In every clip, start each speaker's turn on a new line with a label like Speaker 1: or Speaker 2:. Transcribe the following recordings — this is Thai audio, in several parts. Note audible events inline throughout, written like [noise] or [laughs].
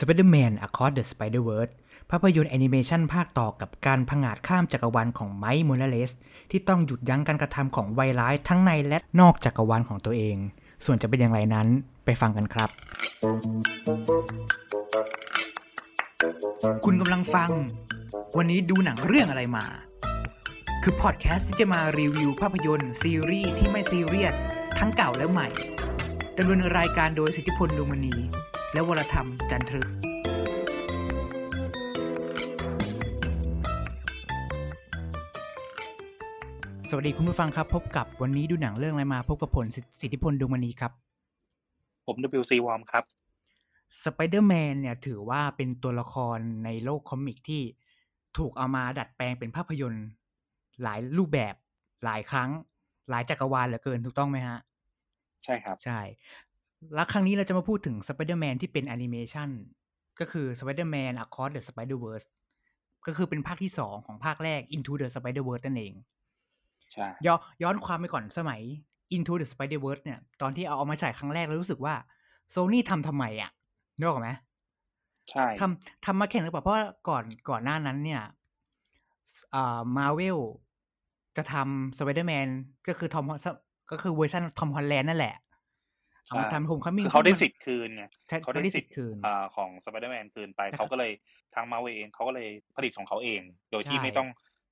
Speaker 1: Spider-Man Across the Spider-Verse ภาพยนตร์แอนิเมชันภาคต่อกับการผงาดข้ามจักรวาลของไมค์โมนาเลส ที่ต้องหยุดยั้งการกระทำของไวร้ายทั้งในและนอกจักรวาลของตัวเอง ส่วนจะเป็นอย่างไรนั้นไปฟังกันครับ คุณกำลังฟัง วันนี้ดูหนังเรื่องอะไรมา คือพอดแคสต์ที่จะมารีวิวภาพยนตร์ ซีรีส์ที่ไม่ซีเรียส ทั้งเก่าและใหม่ดำเนินรายการโดยสิทธิพลดวงมณี และวรธรรมจันทรึก สวัสดีคุณผู้ฟังครับ พบกับวันนี้ดูหนังเรื่องอะไรมาพบกับผลสิทธิพลดวงมณีครับ
Speaker 2: ผม WC Warm ครับ
Speaker 1: สไปเดอร์แมนเนี่ยถือว่าเป็นตัวละครในโลกคอมิกที่ถูกเอามาดัดแปลงเป็นภาพยนตร์ หลายรูปแบบหลายครั้ง หลายจักรวาลเหลือเกินถูกต้องไหมฮะ
Speaker 2: ใช่ครับ
Speaker 1: ใช่ แล้วครั้งนี้เราจะมาพูดถึงสไปเดอร์แมนที่เป็นแอนิเมชันก็คือ Spider-Man Across the Spider-Verse ก็คือเป็นภาคที่ 2 ของภาคแรก Into the Spider-Verse นั่นเอง
Speaker 2: ใช่
Speaker 1: ย้อนย้อนความไปก่อนสมัย Into the Spider-Verse เนี่ย ตอนที่เอาเอามาฉายครั้งแรกแล้วรู้สึกว่าโซนี่ทำทำไมอะนึกออกไหม
Speaker 2: ใช่
Speaker 1: ทำทำมาแข่งหรือเปล่าเพราะว่าก่อนก่อนหน้านั้นเนี่ยมาเวลจะทำสไปเดอร์แมนก็คือทอมก็คือเวอร์ชันทอมฮอลแลนด์นั่นแหละ เอามาทำโฮมคัมมิ่ง
Speaker 2: คือเขาได้สิทธิ์คืนไง
Speaker 1: เขา
Speaker 2: เขาได้
Speaker 1: ได้สิ
Speaker 2: สิ
Speaker 1: ท
Speaker 2: ทธิ์
Speaker 1: ธิ์คืน
Speaker 2: อ่าของ Spider-Man คืนไป
Speaker 1: นะครับ
Speaker 2: เขาก็เลย [laughs] ทางมาเวเองเขาก็เลยผลิตของเขาเอง โดยที่
Speaker 1: ใช่
Speaker 2: ไม่ต้อง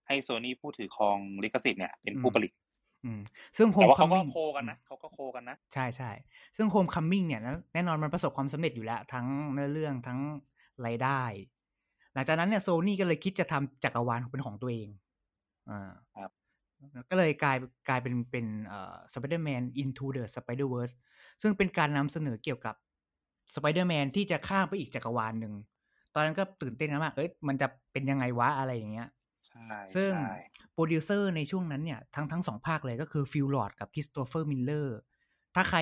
Speaker 2: ให้โซนี่ผู้ถือครองลิขสิทธิ์เนี่ย เป็นผู้
Speaker 1: อืม
Speaker 2: ผลิต
Speaker 1: อืมซึ่งโฮ
Speaker 2: แต่
Speaker 1: มคั
Speaker 2: ว่าเขา
Speaker 1: ม
Speaker 2: ก็
Speaker 1: มิ่ง
Speaker 2: โคกันนะเขาก็โคกันนะ
Speaker 1: ใช่ใช่ซึ่งโฮมคัมมิ่งเนี่ยนะแน่นอนมันประสบความสำเร็จอยู่แล้ว ทั้งเนื้อเรื่องทั้งรายได้ หลังจากนั้นเนี่ยโซนี่ก็เลยคิดจะทำจักรวาลเป็นของตัวเองอ่า
Speaker 2: ครับ
Speaker 1: ก็เลยกลายกลายเป็นเป็นเอ่อสไปเดอร์แมน into the spider verse ซึ่งเป็นการนำเสนอเกี่ยวกับสไปเดอร์แมนที่จะข้ามไปอีกจักรวาลหนึ่ง ตอนนั้นก็ตื่นเต้นมาก เอ้ยมันจะเป็นยังไงวะอะไรอย่างเงี้ย
Speaker 2: ใช่
Speaker 1: ซึ่ง
Speaker 2: ใช่
Speaker 1: โปรดิวเซอร์ในช่วงนั้นเนี่ย ทั้งทั้งสองภาคเลยก็คือฟิลลอร์ดกับคริสโตเฟอร์มิลเลอร์ ถ้าใคร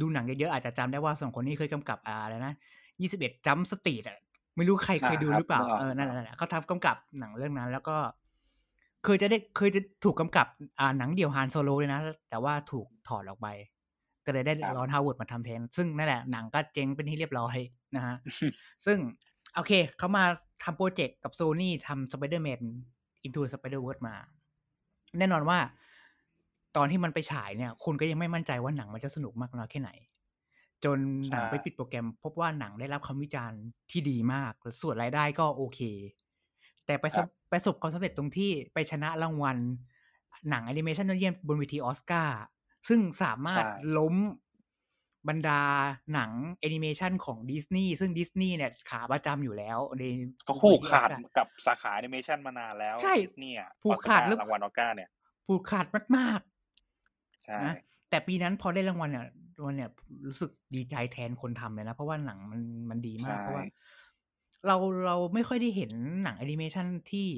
Speaker 1: ดูหนังเยอะๆ อาจจะจำได้ว่าสองคนนี้เคยกำกับอาอะไรนะยี่สิบเอ็ดจัมสตีดอะไม่รู้ใครเคยดูหรือเปล่า
Speaker 2: อ่าครับ
Speaker 1: เออ นั่น
Speaker 2: อ่า
Speaker 1: แหละเขาทำกำกับหนังเรื่องนั้น แล้วก็ เคยจะได้เคยจะถูกกำกับอ่าหนังเดี่ยวฮานโซโลเลยนะ แต่ว่าถูกถอดออกไป ก็เลยได้รอนฮาวเวิร์ดมาทำแทน ซึ่งนั่นแหละหนังก็เจ๊งเป็นที่เรียบร้อยนะฮะ ซึ่ง โอเค เขามาทำโปรเจกต์กับโซนี่ทำสไปเดอร์แมนอินทูสไปเดอร์เวิร์มา แน่นอนว่า ตอนที่มันไปฉายเนี่ย คุณก็ยังไม่มั่นใจว่าหนังมันจะสนุกมากน้อยแค่ไหน จนหนัง
Speaker 2: ใช่
Speaker 1: ไปปิดโปรแกรม พบว่าหนังได้รับคำวิจารณ์ที่ดีมากส่วนรายได้ก็โอเค แต่ไปสบประสบความสำเร็จตรงที่ไปชนะรางวัล หนังแอนิเมชันยอดเยี่ยมบนเวทีออสการ์ซึ่งสามารถ
Speaker 2: ใช่
Speaker 1: ล้มบรรดาหนังแอนิเมชันของดิสนีย์ซึ่งดิสนีย์เนี่ยขาประจำอยู่แล้วใน
Speaker 2: ก็คู่ขาด
Speaker 1: Oscar
Speaker 2: กับสาขาแอนิเมชันมานานแล้ว
Speaker 1: ใช่
Speaker 2: เนี่ย
Speaker 1: ผูกขาดแล้ว
Speaker 2: รางวัลออสการ์เนี่ย
Speaker 1: ผูกขาดมาก
Speaker 2: ใช่
Speaker 1: ๆนะแต่ปีนั้นพอได้รางวัลเนี่ยรางวัลเนี่ยรู้สึกดีใจแทนคนทำเลยนะ เพราะว่าหนังมันมันดีมาก
Speaker 2: ใช่
Speaker 1: เพราะว่า เราเราไม่ค่อยได้เห็นหนังแอนิเมชันที่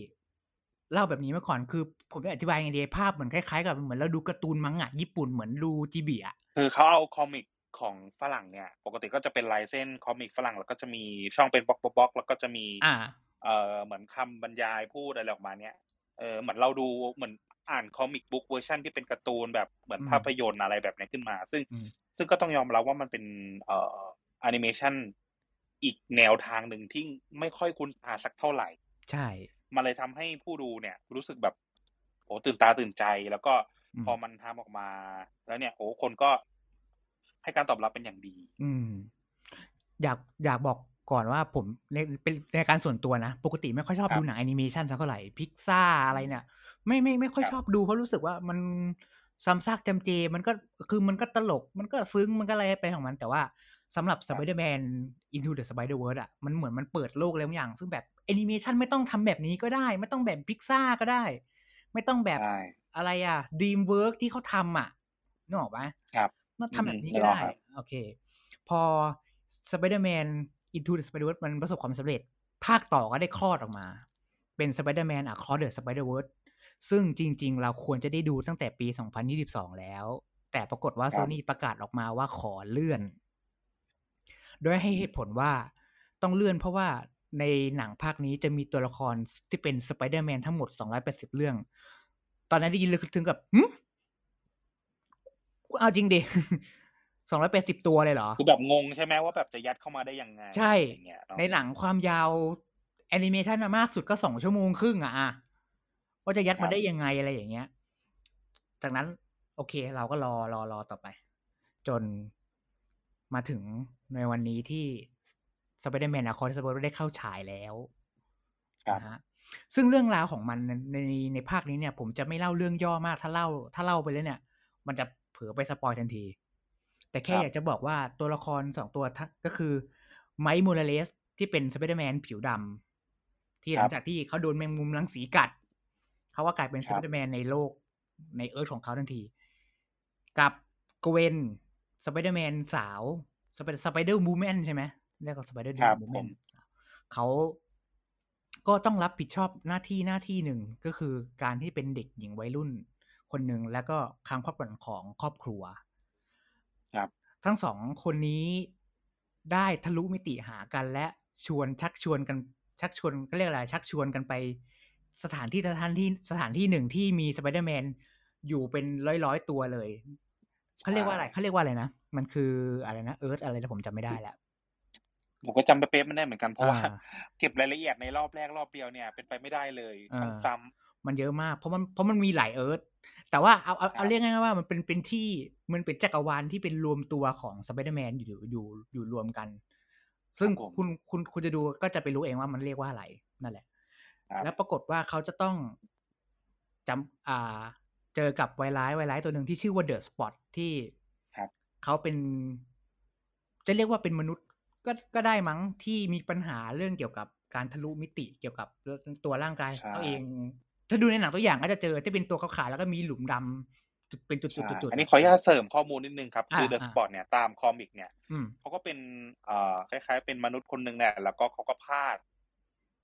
Speaker 1: เล่าแบบนี้มาก่อนคือ ผมจะอธิบายไงดีภาพเหมือนคล้ายๆ กับเหมือนเราดูการ์ตูนมังงะญี่ปุ่นเหมือนดูจิเบะ
Speaker 2: คือเขาเอาคอมิกของฝรั่งเนี่ย ปกติก็จะเป็นลายเส้นคอมิกฝรั่งแล้วก็จะมีช่องเป็นบล็อกบล็อกๆๆแล้วก็จะมี
Speaker 1: อ่า
Speaker 2: เอ่อเหมือนคำบรรยายพูดอะไรออกมาเนี้ยเออเหมือนเราดูเหมือนอ่านคอมิกบุ๊กเวอร์ชันที่เป็นการ์ตูนแบบเหมือน
Speaker 1: อืม
Speaker 2: ภาพยนตร์อะไรแบบเนี้ยขึ้นมา ซึ่ง
Speaker 1: อืม
Speaker 2: ซึ่งก็ต้องยอมรับว่ามันเป็นเอ่อแอนิเมชันอีกแนวทางหนึ่งที่ไม่ค่อยคุ้นตาสักเท่าไหร่
Speaker 1: ใช่
Speaker 2: มันเลยทำให้ผู้ดูเนี่ยรู้สึกแบบโอ้ตื่นตาตื่นใจ แล้วก็
Speaker 1: อืม
Speaker 2: พอมันทำออกมา แล้วเนี่ยโอ้คนก็ให้การตอบรับเป็นอย่างดี
Speaker 1: อืม อยากอยากบอกก่อนว่าผมในเป็นในการส่วนตัวนะ ปกติไม่ค่อยชอบ
Speaker 2: ครับ
Speaker 1: ดูหนังแอนิเมชันสักเท่าไหร่พิกซ่าอะไรเนี่ยไม่ไม่ไม่ค่อย
Speaker 2: ครับ
Speaker 1: ชอบดูเพราะรู้สึกว่ามันซ้ำซากจำเจ มันก็คือมันก็ตลก มันก็ซึ้งมันก็อะไรไปของมัน แต่ว่าสำหรับ
Speaker 2: ครับ
Speaker 1: Spider-Man Into the Spider-Verse อะมันเหมือนมันเปิดโลกอะไรบางอย่าง ซึ่งแบบแอนิเมชันไม่ต้องทำแบบนี้ก็ได้ ไม่ต้องแบบพิกซ่าก็ได้ ไม่ต้องแบบ
Speaker 2: ใช่
Speaker 1: อะไรอ่ะ Dreamwork ที่เขาทำอ่ะนึกออกไหม
Speaker 2: ครับ
Speaker 1: มันทำแบบนี้
Speaker 2: อืม
Speaker 1: ก็ได้
Speaker 2: นึกออกครับ
Speaker 1: โอเค พอ Spider-Man Into the Spider-Verse มันประสบความสำเร็จ ภาคต่อก็ได้คลอดออกมา เป็น Spider-Man Across the Spider-Verse ซึ่งจริง ๆ เราควรจะได้ดูตั้งแต่ปี 2022 แล้ว แต่ปรากฏว่า
Speaker 2: ค
Speaker 1: โซ
Speaker 2: รับ
Speaker 1: นี่ประกาศออกมาว่าขอเลื่อน โดยให้เหตุผลว่าต้องเลื่อนเพราะว่าในหนังภาคนี้จะมีตัวละครที่เป็นสไปเดอร์แมนทั้งหมด 280 เรื่อง ตอนนั้นได้ยินเลยถึงกับหึกูเอาจริงดิ [laughs] สองร้อยแปดสิบตัวเลยเหรอ
Speaker 2: คือแบบงงใช่ไหมว่าแบบจะยัดเข้ามาได้ยังไง
Speaker 1: ใช่
Speaker 2: อย่างเงี้ยเาะ
Speaker 1: ในหนังความยาวแอนิเมชันมากสุดก็สองชั่วโมงครึ่งอะอะว่าจะยัดมาได้ยังไงอะไรอย่างเงี้ย จากนั้น โอเค เราก็รอรอรอต่อไป จนมาถึงในวันนี้ที่สไปเดอร์แมนอะคอร์สเบิร์ได้เข้าฉายแล้วนะฮะซึ่งเรื่องราวของมันในในในภาคนี้เนี่ย ผมจะไม่เล่าเรื่องย่อมาก ถ้าเล่า ถ้าเล่าไปแล้วเนี่ย มันจะเผลอไปสปอยทันที แต่แค่อยากจะบอกว่าตัวละครสองตัวทั้งก็คือ ไมค์มูราเลสที่เป็นสไปเดอร์แมนผิวดำที่หลังจากที่เขาโดนแมงมุมรังสีกัด เขาว่ากลายเป็นสไปเดอร์แมนในโลกในเอิร์ธของเขาทันที กับเกเวนสไปเดอร์แมนสาวสไปสไปเดอร์มูแมนใช่ไหมเรียกว่าสไปเดอร์
Speaker 2: ครับ
Speaker 1: มู
Speaker 2: ผ
Speaker 1: แมน
Speaker 2: ม
Speaker 1: เขาก็ต้องรับผิดชอบหน้าที่หน้าที่หนึ่งก็คือการที่เป็นเด็กหญิงวัยรุ่น คนหนึ่งแล้วก็ค้างความฝันของครอบครัว
Speaker 2: ครับ
Speaker 1: ทั้งสองคนนี้ได้ทะลุมิติหากันและชวนชักชวนกัน ชักชวนก็เรียกอะไร ชักชวนกันไป สถานที่สถานที่สถานที่หนึ่งที่มีสไปเดอร์แมนอยู่เป็นร้อยร้อยๆตัวเลยเขาเรียกว่าอะไรเขาเรียกว่าอะไรนะมันคืออะไรนะเอิร์ธอะไรนะผมจำไม่ได้แล้ว
Speaker 2: ผมก็จำเป๊ะๆไม่ได้เหมือนกันเพราะว่า
Speaker 1: อ่า
Speaker 2: เก็บรายละเอียดในรอบแรกรอบเดียวเนี่ย เป็นไปไม่ได้เลย
Speaker 1: อ่า
Speaker 2: ทั้งซ้ำ
Speaker 1: มันเยอะมาก เพราะมันเพราะมันมีหลายเอิร์ธแต่ว่าเอาเอา
Speaker 2: ครั
Speaker 1: เอา
Speaker 2: บ
Speaker 1: เรียกง่ายๆว่ามันเป็นเป็นที่มันเป็นจักรวาลที่เป็นรวมตัวของสไปเดอร์แมนอยู่อยู่อยู่รวมกัน ซึ่งคุณคุณคุณจะดูก็จะไปรู้เองว่ามันเรียกว่าอะไรนั่นแหละ
Speaker 2: ครับ
Speaker 1: แล้วปรากฏว่าเขาจะต้องจำอ่า เจอกับไวร้ายไวร้ายตัวหนึ่งที่ชื่อว่าเดอะสปอตที่
Speaker 2: ครับ
Speaker 1: เขาเป็น จะเรียกว่าเป็นมนุษย์ ก็ก็ได้มั้งที่มีปัญหาเรื่องเกี่ยวกับการทะลุมิติเกี่ยวกับตัวร่างกายของเขา
Speaker 2: ใช่
Speaker 1: เอง ถ้าดูในหนังตัวอย่างก็จะเจอจะเป็นตัวขาวๆแล้วก็มีหลุมดำจุดเป็นจุดๆ
Speaker 2: ใช่
Speaker 1: ๆๆ
Speaker 2: อันนี้ขออนุญาตเสริมข้อมูลนิดนึงครับ คือเดอะ
Speaker 1: อ่า
Speaker 2: สปอตเนี่ยตามคอมิกเนี่ย
Speaker 1: อืม
Speaker 2: เขาก็เป็นเอ่อคล้ายๆ เป็นมนุษย์คนหนึ่งแหละ แล้วก็เขาก็พลาด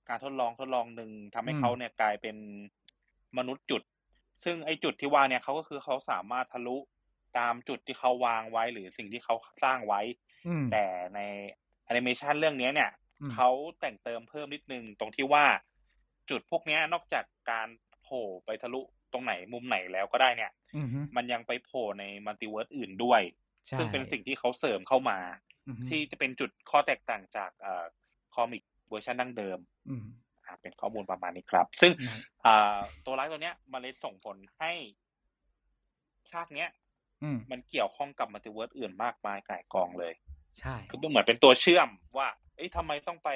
Speaker 2: การทดลองทดลองหนึ่งทำให้
Speaker 1: อืม
Speaker 2: เขาเนี่ยกลายเป็นมนุษย์จุด ซึ่งไอ้จุดที่ว่าเนี่ยเขาก็คือเขาสามารถทะลุตามจุดที่เขาวางไว้หรือสิ่งที่เขาสร้างไว้
Speaker 1: อืม
Speaker 2: แต่ในแอนิเมชันเรื่องเนี้ยเนี่ย
Speaker 1: อืม
Speaker 2: เขาแต่งเติมเพิ่มนิดนึงตรงที่ว่าจุดพวกเนี้ยนอกจากการโผล่ไปทะลุตรงไหนมุมไหนแล้วก็ได้เนี่ย
Speaker 1: อือฮึ
Speaker 2: มันยังไปโผล่ในมัลติเวิร์สอื่นด้วย
Speaker 1: ใช่
Speaker 2: ซึ่งเป็นสิ่งที่เขาเสริมเข้ามา
Speaker 1: อือฮึ
Speaker 2: ที่จะเป็นจุดข้อแตกต่างจากเอ่อคอมิกเวอร์ชันดั้งเดิม
Speaker 1: อืม
Speaker 2: อ่ะเป็นข้อมูลประมาณนี้ครับ ซึ่ง
Speaker 1: นั่น
Speaker 2: เอ่อตัวร้ายตัวเนี้ยมันเลยส่งผลให้ภาคเนี้ย
Speaker 1: อืม
Speaker 2: มันเกี่ยวข้องกับมัลติเวิร์สอื่นมากมายกายกองเลย
Speaker 1: ใช่
Speaker 2: คือมันเหมือนเป็นตัวเชื่อมว่า เอ้ยทำไมต้องไป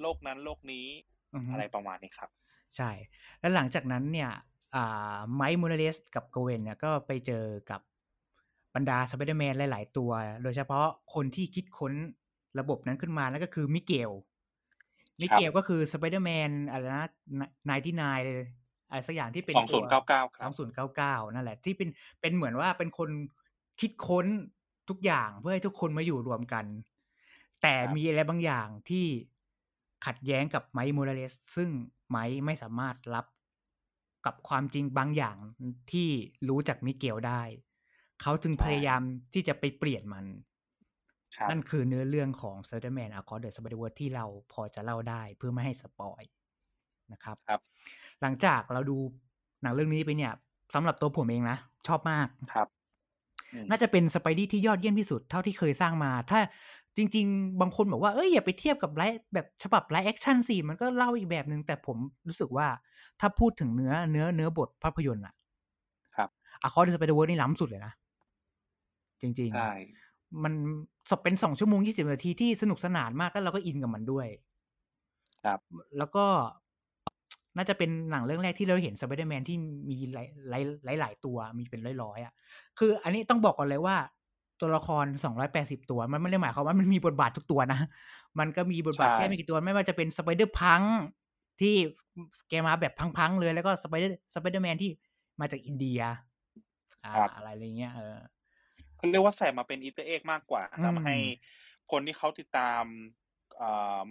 Speaker 2: โลกนั้นโลกนี้
Speaker 1: อือฮึ
Speaker 2: อะไรประมาณนี้ครับ
Speaker 1: ใช่ แล้วหลังจากนั้นเนี่ย อ่า ไมค์มูราเลสกับโกเวนเนี่ยก็ไปเจอกับบรรดาสไปเดอร์แมนหลาย ๆ ตัว โดยเฉพาะคนที่คิดค้นระบบนั้นขึ้นมานั่นก็คือมิเกล มิเกลก็คือสไปเดอร์แมนอะไรนะนายที่นายเลยอะไรสักอย่างที่เป็น
Speaker 2: สองศูนย์เก้าเก้าค
Speaker 1: ส
Speaker 2: รั
Speaker 1: อบ งศูนย์เก้าเก้านั่นแหละ ที่เป็นเป็นเหมือนว่าเป็นคนคิดค้นทุกอย่างเพื่อให้ทุกคนมาอยู่รวมกัน แต่
Speaker 2: ครับ
Speaker 1: มีอะไรบางอย่างที่ขัดแย้งกับไมค์มูราเลสซึ่งไมค์ไม่สามารถรับกับความจริงบางอย่างที่รู้จากมิเกลได้ เขาจึงพยายามที่จะไปเปลี่ยนมัน
Speaker 2: ครับ
Speaker 1: นั่นคือเนื้อเรื่องของ Spider-Man Across the Spider-Verse ที่เราพอจะเล่าได้เพื่อไม่ให้สปอยนะครับ
Speaker 2: ครับ
Speaker 1: หลังจากเราดูหนังเรื่องนี้ไปเนี่ยสำหรับตัวผมเองนะ ชอบมาก
Speaker 2: ครับอืม
Speaker 1: น่าจะเป็นสไปดี้ที่ยอดเยี่ยมที่สุดเท่าที่เคยสร้างมา ถ้าจริง ๆ บางคนบอกว่า เอ้ยอย่าไปเทียบกับไลฟ์แบบฉบับไลฟ์แอคชั่นสิมันก็เล่าอีกแบบหนึ่งแต่ผมรู้สึกว่าถ้าพูดถึงเนื้อเนื้อเนื้อบทภาพยนตร์อะ
Speaker 2: ครับ
Speaker 1: อะคอร์ดสไปเดอร์เวิร์นี่ล้ำสุดเลยนะ จริง ๆ
Speaker 2: ใช่
Speaker 1: มันสบเป็นสองชั่วโมงยี่สิบนาทีที่สนุกสนานมากแล้วเราก็อินกับมันด้วย
Speaker 2: ครับ
Speaker 1: แล้วก็น่าจะเป็นหนังเรื่องแรกที่เราเห็นสไปเดอร์แมนที่มีหลายหลายหลายหลายตัวมีเป็นร้อยร้อยๆอ่ะ คืออันนี้ต้องบอกก่อนเลยว่า ตัวละครสองร้อยแปดสิบตัวมันไม่ได้หมายความว่ามันมีบทบาททุกตัวนะ [laughs] มันก็มีบทบาท
Speaker 2: ใช่
Speaker 1: แค่ไม่กี่ตัวไม่ว่าจะเป็นสไปเดอร์พังที่แกมาแบบพังๆเลยแล้วก็สไปเดอร์สไปเดอร์แมนที่มาจากอินเดียอ่าอะไรอย่างเงี้ยเออ
Speaker 2: เขาเรียกว่าใส่มาเป็นอีเตอร์เอ็กมากกว่า
Speaker 1: อืม
Speaker 2: ทำให้คนที่เขาติดตาม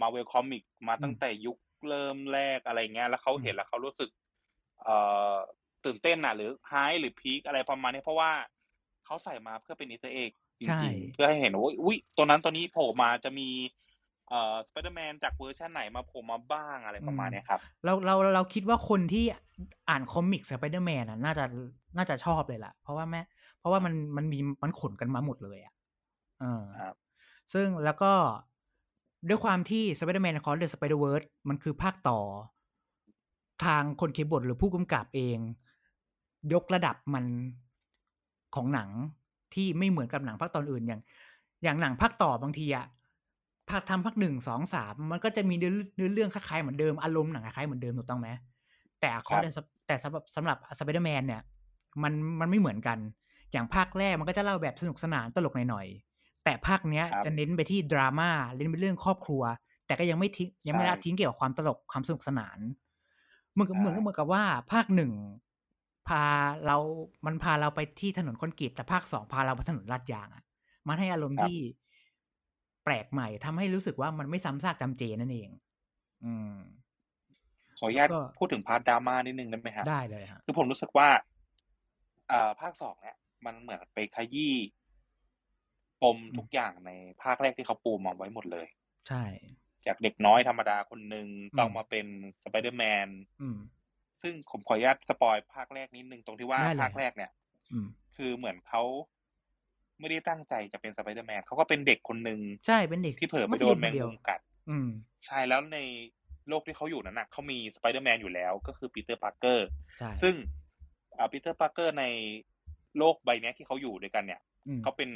Speaker 2: มาเวลคอมิกมาตั้งแต่ยุคเริ่มแรกอะไรเงี้ย แล้วเขาเห็
Speaker 1: อื
Speaker 2: น
Speaker 1: ม
Speaker 2: แล้วเขารู้สึกเอ่อตื่นเต้นน่ะ หรือไฮหรือพีคอะไรประมาณนี้เพราะว่าเขาใส่มาเพื่อเป็นอีเตอร์เอ็กจ
Speaker 1: ใช่
Speaker 2: ริงๆ เพื่อให้เห็นว่าอุ้ยตัวนั้นตัวนี้โผล่มาจะมีเอ่อสไปเดอร์แมนจากเวอร์ชันไหนมาโผล่มาบ้างอะไรประมาณเนี้ยครับ
Speaker 1: เราเราเราคิดว่าคนที่อ่านคอมิกสไปเดอร์แมนน่ะน่าจะน่าจะชอบเลยล่ะ เพราะว่าแม่เพราะว่ามันมันมีมันขนกันมาหมดเลยอะ เออ
Speaker 2: ครับ
Speaker 1: ซึ่งแล้วก็ด้วยความที่ Spider-Man Across the Spider-Verse มันคือภาคต่อ ทางคนเขียนบทหรือผู้กำกับเอง ยกระดับมันของหนังที่ไม่เหมือนกับหนังภาคตอนอื่นอย่าง อย่างหนังภาคต่อบางทีอะภาคทำภาคหนึ่งสองสามมันก็จะมีเนื้อเนื้อเรื่องคล้ายๆเหมือนเดิมอารมณ์หนังคล้ายๆเหมือนเดิมถูกต้องไหมแต่คอร์ดแต่สำหรับสำหรับสไปเดอร์แมนเนี่ย มันมันไม่เหมือนกัน อย่างภาคแรกมันก็จะเล่าแบบสนุกสนานตลกหน่อยๆ แต่ภาคเนี้ย
Speaker 2: ครับ
Speaker 1: จะเน้นไปที่ดราม่าเน้นไปเรื่องครอบครัว แต่ก็ยังไม่ทิ้งยังไม่
Speaker 2: ใช่
Speaker 1: ละทิ้งเกี่ยวกับความตลกความสนุกสนานเหมือนกับ
Speaker 2: อ่า
Speaker 1: เหมือนก็เหมือนกับว่าภาคหนึ่งพาเรา มันพาเราไปที่ถนนคอนกรีตแต่ภาคสองพาเราไปถนนลาดยางอะมันให้อารมณ์
Speaker 2: ครับ
Speaker 1: ที่แปลกใหม่ทำให้รู้สึกว่ามันไม่ซ้ำซากจำเจนั่นเอง อืม
Speaker 2: ขออนุญาต
Speaker 1: ก็
Speaker 2: พูดถึงพาร์ทดราม่านิดนึงได้ไหมฮะ
Speaker 1: ได้เลยฮะ
Speaker 2: คือผมรู้สึกว่าเอ่อภาคสองเนี่ยมันเหมือนไปขยี้ปมทุกอย่างในภาคแรกที่เขาปูมาไว้หมดเลย
Speaker 1: ใช่
Speaker 2: จากเด็กน้อยธรรมดาคนหนึ่ง
Speaker 1: อืม
Speaker 2: ต้องมาเป็นสไปเดอร์แมน
Speaker 1: อืม
Speaker 2: ซึ่งผมขออนุญาตสปอยภาคแรกนิดนึงตรงที่ว่า
Speaker 1: ได้เลย
Speaker 2: ภาคแรกเนี่ย
Speaker 1: อืม
Speaker 2: คือเหมือนเขาไม่ได้ตั้งใจจะเป็นสไปเดอร์แมนเขาก็เป็นเด็กคนหนึ่ง
Speaker 1: ใช่เป็นเด็ก
Speaker 2: ที่เผลอไปโดนแมงมุมกัด
Speaker 1: อืม
Speaker 2: ใช่แล้วในโลกที่เขาอยู่นั้นนะเขามีสไปเดอร์แมนอยู่แล้ว ก็คือปีเตอร์ปาร์เกอร์
Speaker 1: ใช่
Speaker 2: ซึ่งปีเตอร์ปาร์เกอร์ในโลกใบเนี้ยที่เขาอยู่ด้วยกันเนี่ย
Speaker 1: อืม
Speaker 2: เขาเป็น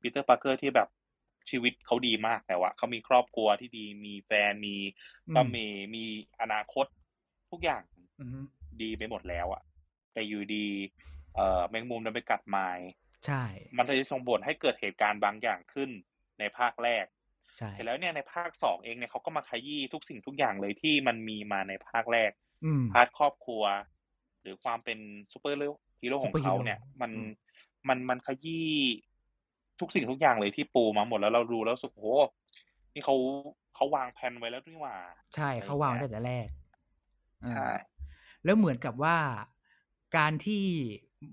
Speaker 2: ปีเตอร์ปาร์เกอร์ที่แบบชีวิตเขาดีมากแต่ว่าเขามีครอบครัวที่ดีมีแฟนมีป้าเมย์มีอนาคต ทุกอย่าง
Speaker 1: อืมอืม
Speaker 2: ดีไปหมดแล้วอะแต่อยู่ดีเอ่อแมงมุมนั้นไปกัดไม้
Speaker 1: ใช่
Speaker 2: มันเลยส่งผลให้เกิดเหตุการณ์บางอย่างขึ้นในภาคแรก
Speaker 1: ใช่
Speaker 2: เสร็จแล้วเนี่ยในภาคสองเองเนี่ยเขาก็มาขยี้ทุกสิ่งทุกอย่างเลยที่มันมีมาในภาคแรก
Speaker 1: อืม
Speaker 2: พาร์ทครอบครัว หรือความเป็นซูเปอร์ฮีโร่ของเขาเนี่ย
Speaker 1: Superhero
Speaker 2: มัน
Speaker 1: อืม
Speaker 2: มันมันขยี้ทุกสิ่งทุกอย่างเลยที่ปูมาหมดแล้วเราดูแล้วรู้สุกโหนี่เขาเขาวางแผนไว้แล้วนี่หว่า
Speaker 1: ใช่เขาวางไว้ตั้งแต่แรก
Speaker 2: ใช่
Speaker 1: อ่าแล้วเหมือนกับว่าการที่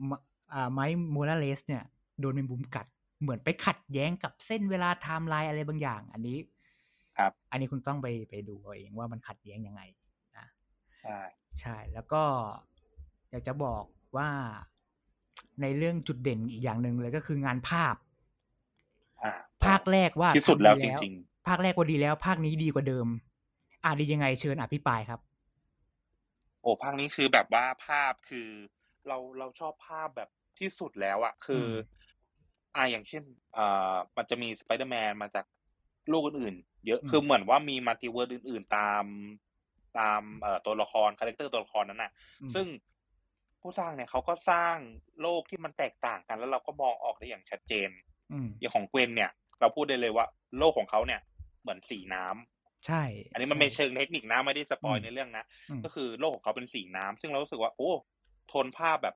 Speaker 1: มอ่าไมค์มูราเลสเนี่ย โดนเป็นบุมกัด เหมือนไปขัดแย้งกับเส้นเวลาไทม์ไลน์อะไรบางอย่าง อันนี้
Speaker 2: ครับ
Speaker 1: อันนี้คุณต้องไปไปดูเอาเองว่ามันขัดแย้งยังไง
Speaker 2: ใช่
Speaker 1: ใช่ แล้วก็อยากจะบอกว่าในเรื่องจุดเด่นอีกอย่างหนึ่งเลยก็คืองานภาพ
Speaker 2: อ่า
Speaker 1: ภาคแรกว่า
Speaker 2: ที่สุดแล้ว
Speaker 1: ทำ
Speaker 2: จริง
Speaker 1: ภาคแรกว่าดีแล้ว ภาคนี้ดีกว่าเดิม อ่ะดียังไงเชิญอภิปรายครับ
Speaker 2: โอ้ภาคนี้คือแบบว่าภาพคือ เราเราชอบภาพแบบที่สุดแล้วอะคืออ
Speaker 1: ม
Speaker 2: อ่าอย่างเช่นเอ่อมันจะมีสไปเดอร์แมนมาจากโลกอื่นๆเยอะคือเหมือนว่ามีมัลติเวิร์ดอื่น ๆ ตาม ตามเอ่อตัวละครคาแรคเตอร์ตัวละครนั้นน่ะ
Speaker 1: อืม
Speaker 2: ซึ่งผู้สร้างเนี่ยเขาก็สร้างโลกที่มันแตกต่างกัน แล้วเราก็มองออกได้อย่างชัดเจน
Speaker 1: อืม
Speaker 2: อย่างของเกวนเนี่ย เราพูดได้เลยว่า โลกของเขาเนี่ย เหมือนสีน้ำ
Speaker 1: ใช่
Speaker 2: อันนี้มันไม่
Speaker 1: ใ
Speaker 2: เชิงเทคนิคนะไม่ได้สปอย
Speaker 1: อืม
Speaker 2: ในเรื่องนะ
Speaker 1: อืม
Speaker 2: ก็คือโลกของเขาเป็นสีน้ำซึ่งเรารู้สึกว่า โอ้โทนภาพแบบ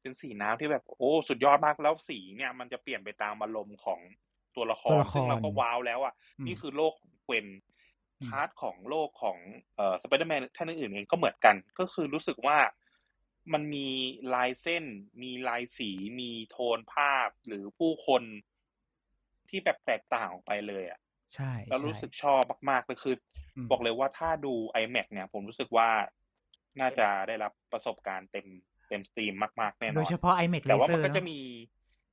Speaker 2: เป็นสีน้ำที่แบบ โอ้ สุดยอดมากแล้วสีเนี่ย มันจะเปลี่ยนไปตามอารมณ์ของตัวละค
Speaker 1: ตั
Speaker 2: ร
Speaker 1: วละคร
Speaker 2: ซึ่งเราก็ว้าวแล้วอ่ะ
Speaker 1: ม
Speaker 2: นี่คือโลกของเกวน
Speaker 1: อืม
Speaker 2: พาร์ทของโลกของเอ่อสไปเดอร์แมนท่านอื่นๆเองก็เหมือนกัน ก็คือรู้สึกว่ามันมีลายเส้น มีลายสี มีโทนภาพหรือผู้คนที่แบบแตกต่างออกไปเลยอ่ะ
Speaker 1: ใช่
Speaker 2: แล้ว
Speaker 1: ใช่
Speaker 2: รู้สึกชอบมากๆเลยคืออ
Speaker 1: ม
Speaker 2: บอกเลยว่าถ้าดู iMac เนี่ย ผมรู้สึกว่าน่าจะได้รับประสบการณ์เต็มเต็มสตรีมมากๆแน่น
Speaker 1: โด
Speaker 2: อย น
Speaker 1: เฉพาะ iMac
Speaker 2: แต่ว่า
Speaker 1: Laser
Speaker 2: มันก็จะ
Speaker 1: เนอ
Speaker 2: มี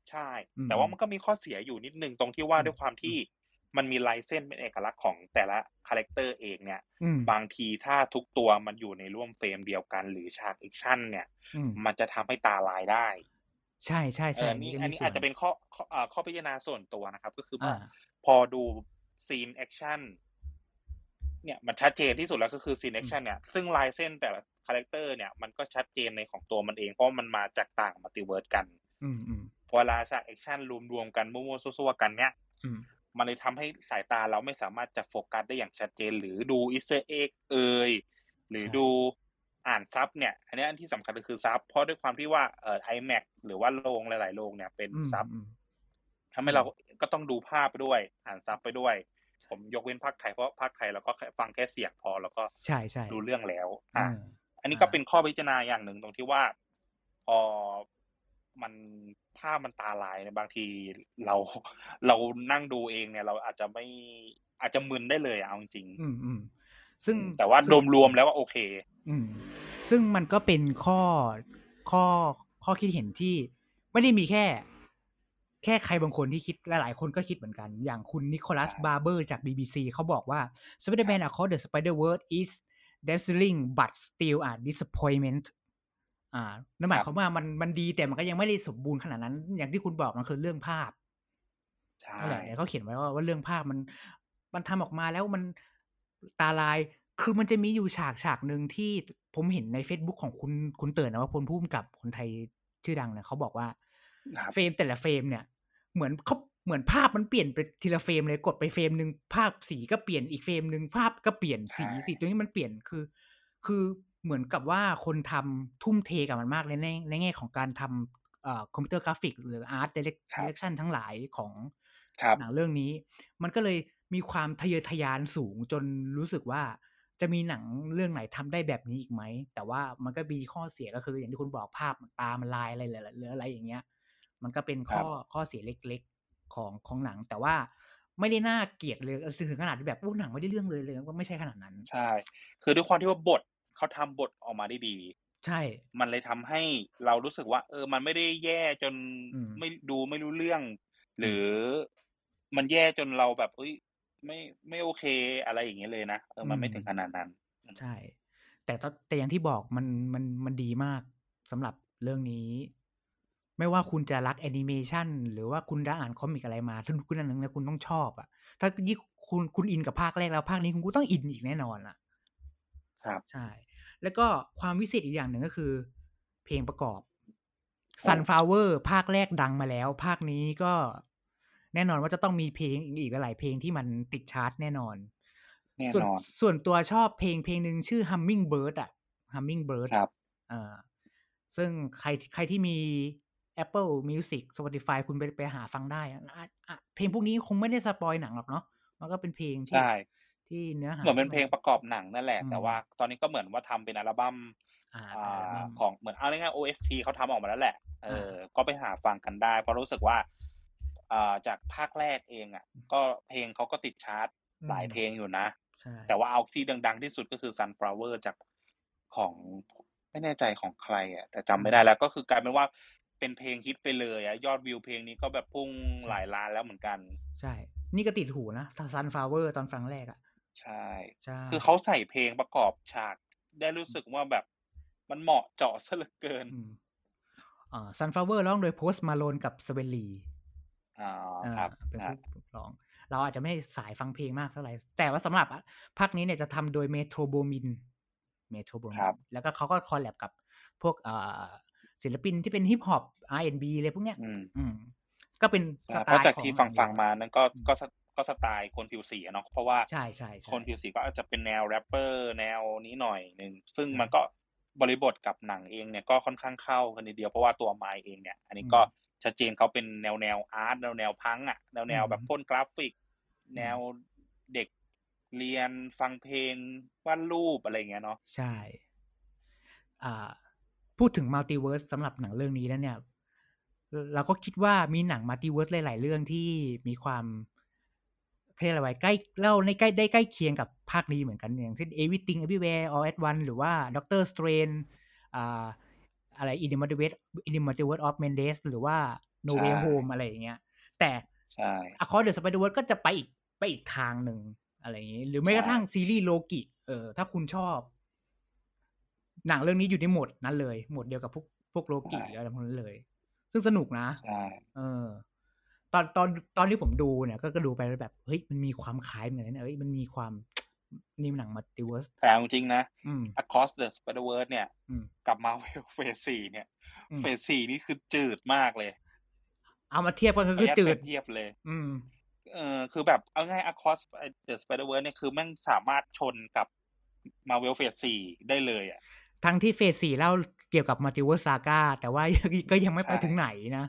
Speaker 2: ใช่
Speaker 1: อืม
Speaker 2: แต่ว่ามันก็มีข้อเสียอยู่นิดนึงตรงที่ว่า
Speaker 1: อืม
Speaker 2: ด้วยความที่มันมีลายเส้นเป็นเอกลักษณ์ของแต่ละคาแรคเตอร์เองเนี่ย
Speaker 1: อืม
Speaker 2: บางทีถ้าทุกตัวมันอยู่ในร่วมเฟรมเดียวกัน หรือฉากแอคชั่นเนี่ย
Speaker 1: อืม
Speaker 2: มันจะทำให้ตาลายได้
Speaker 1: ใช่ใช่
Speaker 2: เอ
Speaker 1: ใช่
Speaker 2: อนี่อันนี้
Speaker 1: ส่ว
Speaker 2: อาจจะเป็นข้อข้ออ่าข้อพิจารณาส่วนตัวนะครับ ก็คือว่า
Speaker 1: อ่า
Speaker 2: พอดูซีนแอคชั่นเนี่ยมันชัดเจนที่สุดแล้วก็คือซีนแอคชั่นเนี่ยซึ่งลายเส้นแต่ละคาแรคเตอร์เนี่ยมันก็ชัดเจนในของตัวมันเอง เพราะมันมาจากต่างมัลติเวิร์สกัน
Speaker 1: อืมอืม
Speaker 2: พอเวลาฉากแอคชั่นรวมๆกันมั่วๆซั่วๆกันเนี่ย
Speaker 1: อืม
Speaker 2: มันเลยทำให้สายตาเราไม่สามารถจะโฟกัสได้อย่างชัดเจน หรือดูอิสเอ็กเอยหรือดูอ่านซับเนี่ย อันนี้อันที่สำคัญก็คือซับเพราะด้วยความที่ว่าเอ่อไอแม็หรือว่าโรงหลายๆโรงเนี่ยเป็น
Speaker 1: อืม
Speaker 2: ซับ
Speaker 1: อืม
Speaker 2: ทำให้เราก็ต้องดูภาพไปด้วย อ่านซับไปด้วย ผมยกเว้นภาคไทยเพราะภาคไทยเราก็แค่ฟังแค่เสียงพอแล้วก็
Speaker 1: ใช่ใช่
Speaker 2: ดูเรื่องแล้ว
Speaker 1: อ่า
Speaker 2: อ่ะ อันนี้ก็
Speaker 1: อ่า
Speaker 2: เป็นข้อพิจารณาอย่างหนึ่งตรงที่ว่าพอมันภาพมันตาลายเนี่ยบางทีเรา [laughs] เรานั่งดูเองเนี่ย เราอาจจะไม่อาจจะมึนได้เลยอะเอาจริงๆ
Speaker 1: อืมอืมซึ่ง
Speaker 2: แต่ว่า
Speaker 1: ซึ่ง
Speaker 2: รวมๆแล้วว่าโอเค
Speaker 1: อืมซึ่งมันก็เป็นข้อข้อข้อคิดเห็นที่ไม่ได้มีแค่ แค่ใครบางคนที่คิดหลายๆ คนก็คิดเหมือนกัน อย่างคุณนิโคลัส
Speaker 2: ใช่
Speaker 1: บาร์เบอร์จาก BBC เขาบอกว่า Spider-Man Across the Spider-Verse is dazzling but still a disappointment อ่านั่นหมาย
Speaker 2: ครั
Speaker 1: ค
Speaker 2: บ
Speaker 1: วามว่ามันมันดีแต่มันก็ยังไม่ได้สมบูรณ์ขนาดนั้น อย่างที่คุณบอกมันคือเรื่องภาพ
Speaker 2: ใช่
Speaker 1: นั่นแหละเนี่ยเขาเขียนไว้ว่าว่าเรื่องภาพมัน มันทำออกมาแล้วมันตาลาย คือมันจะมีอยู่ฉากฉากหนึ่งที่ผมเห็นใน Facebook ของคุณคุณเตือนนะว่าพลพุ่มกับคนไทยชื่อดังเนี่ยเขาบอกว่า
Speaker 2: ครับ
Speaker 1: เฟรมแต่ละเฟรมเนี่ย เหมือนเขาเหมือนภาพมันเปลี่ยนไปทีละเฟรมเลยกดไปเฟรมหนึ่งภาพสีก็เปลี่ยนอีกเฟรมหนึ่งภาพก็เปลี่ยนสีสีตรงนี้มันเปลี่ยนคือ คือเหมือนกับว่าคนทำทุ่มเทกับมันมากเลยในในแง่ของการทำเอ่อคอมพิวเตอร์กราฟิก หรืออาร์ตเดเรคชั่นทั้งหลายของ
Speaker 2: ครับ
Speaker 1: หนังเรื่องนี้มันก็เลยมีความทะเยอทะยานสูงจนรู้สึกว่าจะมีหนังเรื่องไหนทำได้แบบนี้อีกไหม แต่ว่ามันก็มีข้อเสียก็คือ อย่างที่คุณบอกภาพมันตามันลายอะไรเหลืออะไรอย่างเงี้ย มันก็เป็นข้อข้อเสียเล็กๆของของหนัง แต่ว่าไม่ได้น่าเกลียดเลยถึงขนาดที่แบบโอ้หนังไม่ได้เรื่องเลยเลยก็ไม่ใช่ขนาดนั้น
Speaker 2: ใช่ คือด้วยความที่ว่าบทเขาทำบทออกมาได้ดี
Speaker 1: ใช่
Speaker 2: มันเลยทำให้เรารู้สึกว่า เออ มันไม่ได้แย่จน
Speaker 1: อืม
Speaker 2: ไม่ดูไม่รู้เรื่อง หรือมันแย่จนเราแบบเอ้ยไม่ไม่โอเคอะไรอย่างเงี้ยเลยนะเออมันไม่ถึงขนาดนั้น
Speaker 1: ใช่ แต่ตอนแต่อย่างที่บอกมันมันมันดีมากสำหรับเรื่องนี้ ไม่ว่าคุณจะรักแอนิเมชันหรือว่าคุณได้อ่านคอมิกอะไรมาถ้าคุณอันหนึ่งแล้วคุณต้องชอบอะ่ะ ถ้ายิ่งคุณคุณอินกับภาคแรกแล้วภาคนี้คุณก็ต้องอินอีกแน่นอนล่ะ
Speaker 2: ครับ
Speaker 1: ใช่ แล้วก็ความวิเศษอีกอย่างหนึ่งก็คือ เพลงประกอบ Sunflower ภาคแรกดังมาแล้ว ภาคนี้ก็แน่นอนว่าจะต้องมีเพลงอีกหลายๆเพลงที่มันติดชาร์ตแน่นอน
Speaker 2: แน่
Speaker 1: ส่วน
Speaker 2: นอน
Speaker 1: ส่วนตัวชอบเพลงเพลงหนึ่งชื่อ Humming Bird อ่ะ Humming Bird
Speaker 2: ครับ
Speaker 1: เอ่อซึ่งใครใครที่มี Apple Music Spotify คุณไปไปหาฟังได้อะอ่ะอ่ะเพลงพวกนี้คงไม่ได้สปอยหนังหรอกเนาะมันก็เป็นเพลงที่
Speaker 2: ใช่
Speaker 1: ที่เนื้อหา
Speaker 2: เหมือนเป็นเพลงประกอบหนังนั่นแหละ
Speaker 1: อืม
Speaker 2: แต่ว่าตอนนี้ก็เหมือนว่าทำเป็นอัลบั้ม
Speaker 1: อ่า
Speaker 2: อ่า
Speaker 1: อ่า
Speaker 2: ของเหมือนเอาง่ายๆ OST เขาทำออกมาแล้วแหละ เออ
Speaker 1: อ่า
Speaker 2: ก็ไปหาฟังกันได้ เพราะรู้สึกว่าอ่าจากภาคแรกเองอ่ะ ก็เพลงเขาก็ติดชาร์ตหลายเพลงอยู่นะ
Speaker 1: ใช่
Speaker 2: แต่ว่าเอาที่ดัง ๆ ที่สุดก็คือ Sunflower จากของไม่แน่ใจของใครอ่ะ แต่จำไม่ได้แล้วก็คือกลายเป็นว่าเป็นเพลงฮิตไปเลยอ่ะยอดวิวเพลงนี้ก็แบบพุ่งหลายล้านแล้วเหมือนกัน
Speaker 1: ใช่ นี่ก็ติดหูนะทาซันฟลาเวอร์ตอนฟังแรกอ่ะ
Speaker 2: ใช่
Speaker 1: ใช่
Speaker 2: คือเขาใส่เพลงประกอบฉากได้รู้สึกว่าแบบมันเหมาะเจาะซะเหลือเกิน
Speaker 1: อ่าซันฟลาเวอร์ร้องโดยโพสต์มาโลนกับสเวลี
Speaker 2: อ่า
Speaker 1: อ่า
Speaker 2: ครับ
Speaker 1: เป็น
Speaker 2: ครับ
Speaker 1: ผู้ร้อง เราอาจจะไม่สายฟังเพลงมากเท่าไหร่ แต่ว่าสำหรับภาคนี้เนี่ยจะทำโดยเมโทรโบมินเมโทรโบมิ
Speaker 2: ครับ
Speaker 1: แล้วก็เขาก็คอลแลบกับพวกเอ่อศิลปินที่เป็นฮิปฮอป R&B เลยพวกเนี้ย
Speaker 2: อืม
Speaker 1: อืม ก็เป็นส
Speaker 2: ใช่
Speaker 1: ไต
Speaker 2: เพราะ
Speaker 1: ล์
Speaker 2: จาก
Speaker 1: ของ
Speaker 2: ที่ฟัง
Speaker 1: R&B
Speaker 2: ฟังมานั้นก็ก็สก็สไตล์คนผิวสีอะเนาะเพราะว่า
Speaker 1: ใช่ใช่ใช่
Speaker 2: คนผิวสีก็อาจจะเป็นแนวแรปเปอร์แนวนี้หน่อยหนึ่งซึ่ง
Speaker 1: ใช่
Speaker 2: มันก็บริบทกับหนังเองเนี่ยก็ค่อนข้างเข้ากันทีเดียวเพราะว่าตัวไมค์เองเนี่ย อันนี้ก็
Speaker 1: อืม
Speaker 2: ชัดเจนเขาเป็นแนวแนวอาร์ตแนวแนวพังอะแนวแนว
Speaker 1: อืม
Speaker 2: แบบพ่นกราฟิก แนวเด็กเรียนฟังเพลงวาดรูปอะไรอย่างเงี้ยเนาะ
Speaker 1: ใช่ อ่า พูดถึงมัลติเวิร์สสำหรับหนังเรื่องนี้แล้วเนี่ย เราก็คิดว่ามีหนังมัลติเวิร์สหลาย ๆ เรื่องที่มีความเขาเรียกอะไรไว้ใกล้เล่าในใกล้ได้ใกล้เคียงกับภาคนี้เหมือนกันอย่างเช่น Everything Everywhere All at Once หรือว่า Doctor Strange อ่าอะไร Inimitable Inimitable of Mendes หรือว่า No
Speaker 2: ใช่
Speaker 1: Way Home อะไรอย่างเงี้ย แต่
Speaker 2: ใช่
Speaker 1: อ c r o s s the Spider-Verse ก็จะไปอีกไปอีกทางหนึ่งอะไรอย่างนี้ หรือไม่
Speaker 2: ใช่
Speaker 1: กระทั่งซีรีส์โลกิเออถ้าคุณชอบ หนังเรื่องนี้อยู่ในโหมดนั้นเลยโหมดเดียวกับพวกพวกโลกิหรืออะไรพวกนั้นเลย ซึ่งสนุกนะ
Speaker 2: ใช่
Speaker 1: เออ ตอนตอนตอนที่ผมดูเนี่ย ก็ก็ดูไปแล้วแบบ เฮ้ยมันมีความคล้ายเหมือนกันนะเอ้ยมันมีความ นี่มันหนังมัลติเวิร์ส
Speaker 2: แต่เอาจริงๆนะ
Speaker 1: อืม
Speaker 2: Across the Spider-Verse เนี่ย
Speaker 1: อืม
Speaker 2: กับ Marvel [laughs] Phase 4เนี่ย
Speaker 1: อืม
Speaker 2: Phase 4นี่คือจืดมากเลย
Speaker 1: เอามาเทียบกันก็คือ
Speaker 2: ขนุญาต
Speaker 1: จื
Speaker 2: เปรี
Speaker 1: ด
Speaker 2: ยบเทียบเลย
Speaker 1: อืม
Speaker 2: เออคือแบบเอาง่าย Across the Spider-Verse เนี่ยคือแมันสามารถชนกับ Marvel Phase 4ได้เลยอ่ะ
Speaker 1: ทั้งที่เฟสสี่เล่าเกี่ยวกับมัลติเวิร์สซาก้าแต่ว่า [laughs] ยังก็ยังไม่ไป
Speaker 2: ใช่
Speaker 1: ถึงไหนนะ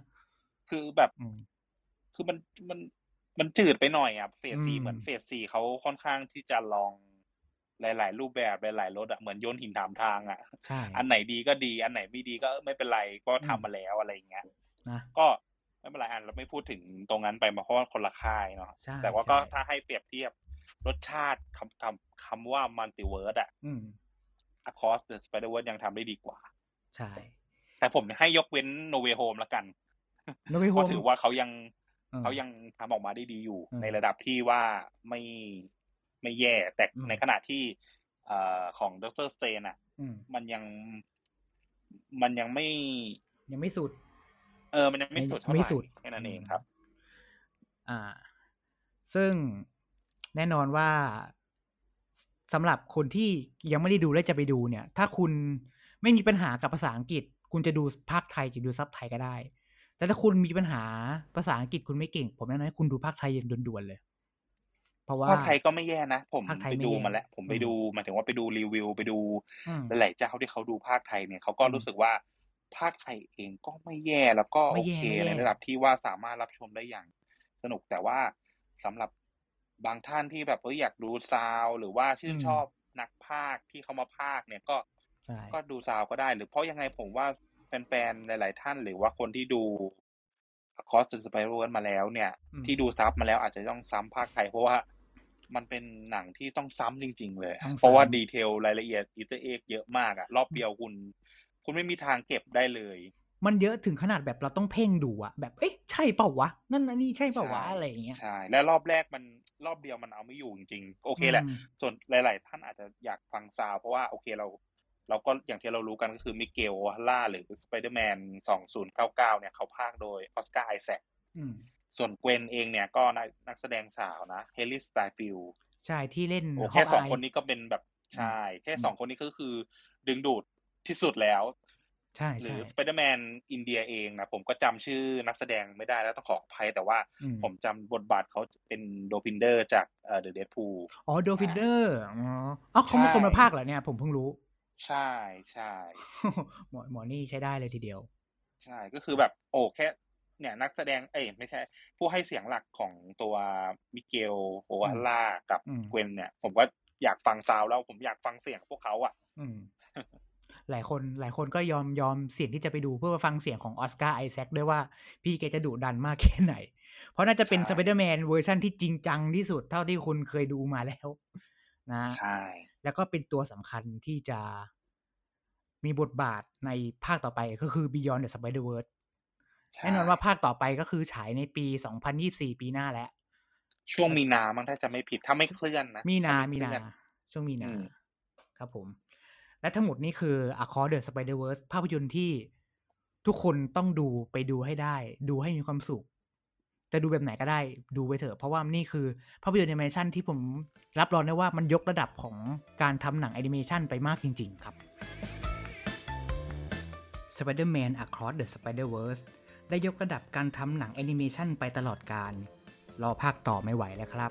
Speaker 2: คือแบบ
Speaker 1: อืม
Speaker 2: คือมันมันมันจืดไปหน่อยอ่ะเฟส
Speaker 1: อื
Speaker 2: สี่
Speaker 1: ม
Speaker 2: เหมือนเฟสสี่เขาค่อนข้างที่จะลองหลาย ๆ รูปแบบหลายๆรสอ่ะเหมือนโยนหินถามทางอ่ะ
Speaker 1: ใช่
Speaker 2: อันไหนดีก็ดี อันไหนไม่ดีก็ไม่เป็นไรก็
Speaker 1: อื
Speaker 2: ทำ
Speaker 1: ม
Speaker 2: มาแล้วอะไรอย่างเงี้ย
Speaker 1: นะ
Speaker 2: ก็ไม่เป็นไรอันเราไม่พูดถึงตรงนั้นไปเพราะว่าคนละค่ายเนาะ
Speaker 1: ใช่
Speaker 2: แต่ว่าก็
Speaker 1: ใช่
Speaker 2: ถ้าให้เปรียบเทียบรสชาติคำคำคำว่ามัลติเวิร์ดอะ
Speaker 1: อืม
Speaker 2: Across the Spider-Verse ยังทำได้ดีกว่า
Speaker 1: ใช่
Speaker 2: แต่ผมให้ยกเว้น No Way Home ละกัน
Speaker 1: โนบิโฮ
Speaker 2: ก็
Speaker 1: ม
Speaker 2: ถือว่าเขายัง
Speaker 1: เออ
Speaker 2: เขายังทำออกมาได้ดีอยู่
Speaker 1: อืม
Speaker 2: ในระดับที่ว่าไม่ไม่แย่ แต่
Speaker 1: อืม
Speaker 2: ในขณะที่เอ่อของดรสเตนอ่ะ
Speaker 1: อืม
Speaker 2: มันยังมันยังไม่
Speaker 1: ยังไม่สุด
Speaker 2: เออ มันยังไม่สุดเท่าไห
Speaker 1: ไม่
Speaker 2: ร่
Speaker 1: สุด
Speaker 2: แค่นั้นเองครับ
Speaker 1: อ่า ซึ่งแน่นอนว่าสสำหรับคนที่ยังไม่ได้ดูและจะไปดูเนี่ย ถ้าคุณไม่มีปัญหากับภาษาอังกฤษ คุณจะดูภาคไทยจะดูซับไทยก็ได้ แต่ถ้าคุณมีปัญหาภาษาอังกฤษคุณไม่เก่ง ผมแนะนำให้คุณดูภาคไทยอย่างด่วนๆเลย เพราะว่า
Speaker 2: ภาคไทยก็ไม่แย่นะ ผม
Speaker 1: ภาคไทย
Speaker 2: ไป
Speaker 1: ไม่
Speaker 2: ดู
Speaker 1: แย่
Speaker 2: มาแล้ว ผมไป
Speaker 1: อืม
Speaker 2: ดูหมายถึงว่าไปดูรีวิวไปดู
Speaker 1: อืม
Speaker 2: หลายๆเจ้าที่เขาดูภาคไทยเนี่ยเขาก็
Speaker 1: อืม
Speaker 2: รู้สึกว่าภาคไทยเองก็ไม่แย่แล้วก็
Speaker 1: ไม่
Speaker 2: โอ
Speaker 1: แย่
Speaker 2: เค
Speaker 1: ไม่แย่
Speaker 2: ในระดับที่ว่าสามารถรับชมได้อย่างสนุกแต่ว่าสำหรับบางท่านที่แบบเอออยากดูซาวด์หรือว่าชื่นชอบนักภาคที่เขามาภาคเนี่ยก็
Speaker 1: ใช่
Speaker 2: ก็ดูซาวด์ก็ได้ หรือเพราะยังไงผมว่าแฟนๆหลาย ๆ ท่านหรือว่าคนที่ดูคอสต์สไปโรนมาแล้วเนี่ย
Speaker 1: อืม
Speaker 2: ที่ดูซับมาแล้วอาจจะต้องซ้ำภาคไทย เพราะว่ามันเป็นหนังที่ต้องซ้ำจริง ๆ เลยอะ
Speaker 1: ต้องซ้ำ
Speaker 2: เพราะว่าดีเทลรายละเอียดอีเตอร์เอกเยอะมากอะรอบเดียวคุณ คุณไม่มีทางเก็บได้เลย
Speaker 1: มันเยอะถึงขนาดแบบเราต้องเพ่งดูอะแบบเอ๊ะใช่เปล่าวะนั่นอันนี่ใช่เปล่าวะ
Speaker 2: ใช่
Speaker 1: อะไรอย่างเงี้ย
Speaker 2: ใช่และรอบแรกมันรอบเดียวมันเอาไม่อยู่จริงๆ โอเคแหละ
Speaker 1: อืม
Speaker 2: ส่วนหลาย ๆ ท่านอาจจะอยากฟังซาวด์เพราะว่าโอเคเรา เราก็อย่างที่เรารู้กันก็คือมิเกลล่าหรือสไปเดอร์แมน2099 เนี่ยเขาพากย์โดยออสการ์ไอแซค
Speaker 1: อืม
Speaker 2: ส่วนเกวนเองเนี่ยก็นักนักแสดงสาวนะเฮลิสไตฟิล
Speaker 1: ใช่ที่เล่น
Speaker 2: โอ้แค่สอง
Speaker 1: Hawkeye
Speaker 2: คนนี้ก็เป็นแบบใช่แค่
Speaker 1: อืม
Speaker 2: สองคนนี้ก็คือดึงดูดที่สุดแล้ว
Speaker 1: ใช่
Speaker 2: หรื
Speaker 1: ใช่
Speaker 2: อสไปเดอร์แมนอินเดียเองนะผมก็จำชื่อนักแสดงไม่ได้แล้วต้องขออภัยแต่ว่า
Speaker 1: อืม
Speaker 2: ผมจำบทบาทเขาเป็นโดพินเดอร์จากเดอะเดดพูล
Speaker 1: อ๋อโดฟินเดอร์อ๋อเอ้าเขาเป็น
Speaker 2: ใช่
Speaker 1: คนมาภาคเหรอเนี่ย ผมเพิ่งรู้ [laughs]
Speaker 2: ใช่ใช่
Speaker 1: หมอหมอนี่ใช้ได้เลยทีเดียว
Speaker 2: ใช่ก็คือแบบโอ้แค่เนี่ยนักแสดงเอ้ยไม่ใช่ ผู้ให้เสียงหลักของตัวมิเกลโอวาล่ากับ
Speaker 1: อืม
Speaker 2: เกวนเนี่ย ผมก็อยากฟังซาวด์แล้วผมอยากฟังเสียงพวกเขาอ่ะ
Speaker 1: อื
Speaker 2: [laughs]
Speaker 1: ม หลายคนหลายคนก็ยอมยอมเสี่ยงที่จะไปดูเพื่อมาฟังเสียงของออสการ์ไอแซคด้วยว่า พี่แกจะดุดันมากแค่ไหน เพราะน่าจะเป็น
Speaker 2: ใช่
Speaker 1: สไปเดอร์แมนเวอร์ชั่นที่จริงจังที่สุดเท่าที่คุณเคยดูมาแล้ว [laughs] นะ
Speaker 2: ใช่
Speaker 1: แล้วก็เป็นตัวสำคัญที่จะมีบทบาทในภาคต่อไปก็คือ Beyond the Spider-Verse
Speaker 2: ใช่
Speaker 1: แน่นอนว่าภาคต่อไปก็คือฉายในปี 2024 ปีหน้าแล้ว
Speaker 2: ช่วงมีนามั้งถ้าจะไม่ผิดถ้าไม่เคลื่อนนะ
Speaker 1: มีนา
Speaker 2: ถ้
Speaker 1: มีนา
Speaker 2: ไเคลื่อ
Speaker 1: ช่วงมีนา
Speaker 2: อืม
Speaker 1: ครับผม และทั้งหมดนี้คือ a c r o s s the Spider-Verse ภาพยนตร์ที่ทุกคนต้องดูไปดูให้ได้ ดูให้มีความสุข จะดูแบบไหนก็ได้ ดูไปเถอะ เพราะว่านี่คือภาพยนตร์แอนิเมชันที่ผมรับรองได้ว่ามันยกระดับของการทำหนังแอนิเมชันไปมากจริง ๆ ครับ Spider-Man Across the Spider-Verse ได้ยกระดับการทำหนังแอนิเมชันไปตลอดการ รอภาคต่อไม่ไหวแล้วครับ